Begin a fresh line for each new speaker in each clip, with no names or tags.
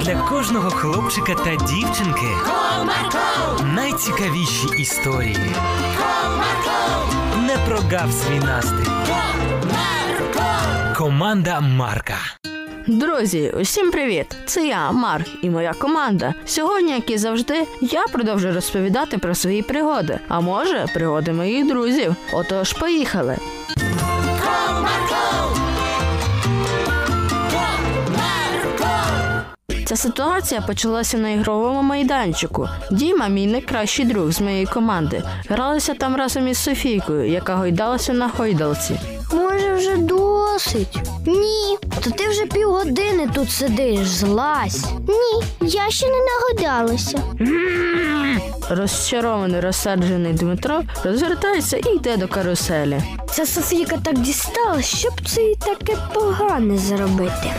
для кожного хлопчика та дівчинки найцікавіші історії. Не прогав свій настрій. Команда Марка.
Друзі, усім привіт! Це я, Марк, і моя команда. Сьогодні, як і завжди, я продовжу розповідати про свої пригоди, а може, пригоди моїх друзів. Отож, поїхали. Ця ситуація почалася на ігровому майданчику. Діма, мій найкращий друг з моєї команди. Гралися там разом із Софійкою, яка гойдалася на гойдалці.
Може, вже досить? Ні. То ти вже півгодини тут сидиш, злазь. Ні, я ще не нагодалася.
Розчарований, розсаджений Дмитро розвертається і йде до каруселі.
Ця Софійка так дістала, щоб це і таке погане зробити.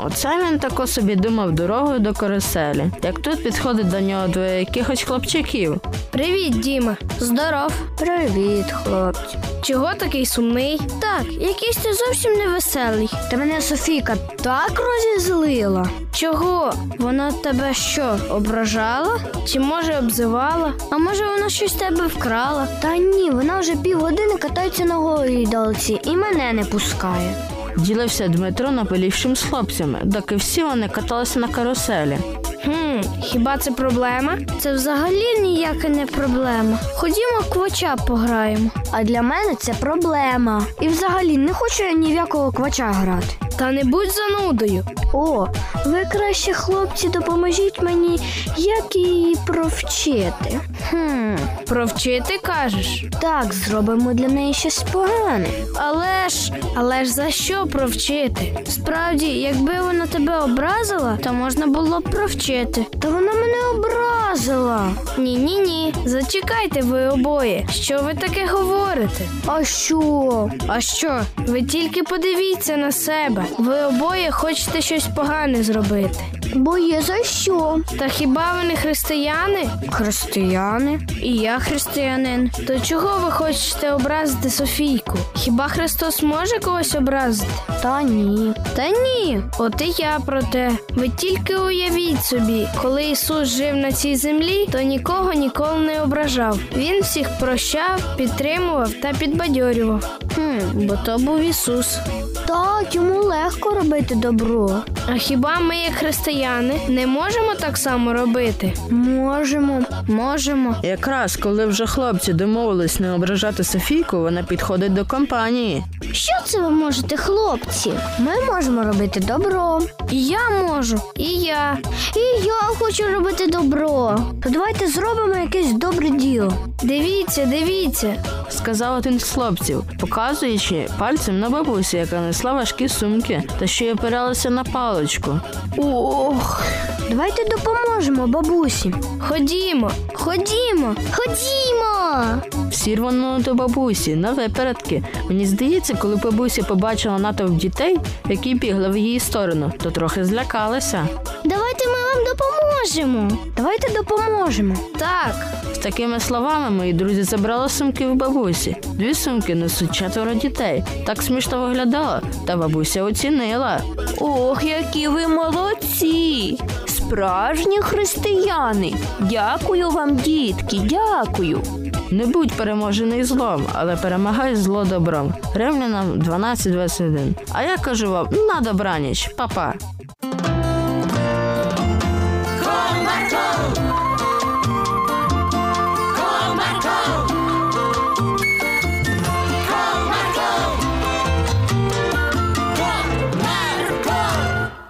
Оце він тако собі думав дорогою до каруселі, як тут підходить до нього двоє якихось хлопчаків.
Привіт, Діма. Здоров. Привіт, хлопці. Чого такий сумний? Так, якийсь ти зовсім невеселий. Та мене Софійка так розізлила. Чого? Вона тебе що, ображала? Чи може обзивала? А може вона щось тебе вкрала? Та ні, вона вже півгодини катається на голій далці і мене не пускає.
Ділився Дмитро напилівшим з хлопцями, доки всі вони каталися на каруселі.
Хм, хіба це проблема? Це взагалі ніяка не проблема. Ходімо квача пограємо. А для мене це проблема. І взагалі не хочу я ні в якого квача грати. Та не будь занудою. О, ви краще, хлопці, допоможіть мені, як її провчити. Хм. Провчити кажеш? Так, зробимо для неї щось погане. Але ж, але ж за що провчити? Справді, якби вона тебе образила, то можна було б провчити. Та вона мене образила. Ні, ні, ні. Зачекайте ви обоє. Що ви таке говорите? А що? А що? Ви тільки подивіться на себе. Ви обоє хочете щось погане зробити. Бо є за що? Та хіба ви не християни? Християни? І я християнин. То чого ви хочете образити Софійку? Хіба Христос може когось образити? Та ні. Та ні. От і я про те. Ви тільки уявіть собі, коли Ісус жив на цій землі, то нікого ніколи не ображав. Він всіх прощав, підтримував та підбадьорював. Хм, бо то був Ісус. Так, йому легко робити добро. А хіба ми, як християни, не можемо так само робити? Можемо, можемо.
Якраз коли вже хлопці домовились не ображати Софійку, вона підходить до компанії.
Що це ви можете, хлопці? Ми можемо робити добро. І я можу, і я. І я хочу робити добро. То давайте зробимо якесь добре діло. Дивіться, дивіться.
Сказав один з хлопців, показуючи пальцем на бабусі, яка несла важкі сумки, та що й опиралася на паличку.
Ох. Давайте допоможемо бабусі. Ходімо, ходімо, ходімо.
Всі рвонули до бабусі на випередки. Мені здається, коли бабуся побачила натовп дітей, які бігли в її сторону, то трохи злякалася.
Давайте ми вам допоможемо. Давайте допоможемо. Так.
З такими словами мої друзі забрали сумки в бабусі. Дві сумки несуть четверо дітей. Так смішно виглядало, та бабуся оцінила.
Ох, які ви молодці! Справжні християни! Дякую вам, дітки, дякую!
Не будь переможений злом, але перемагай зло добром. Римлянам 12.21. А я кажу вам на добраніч, па-па.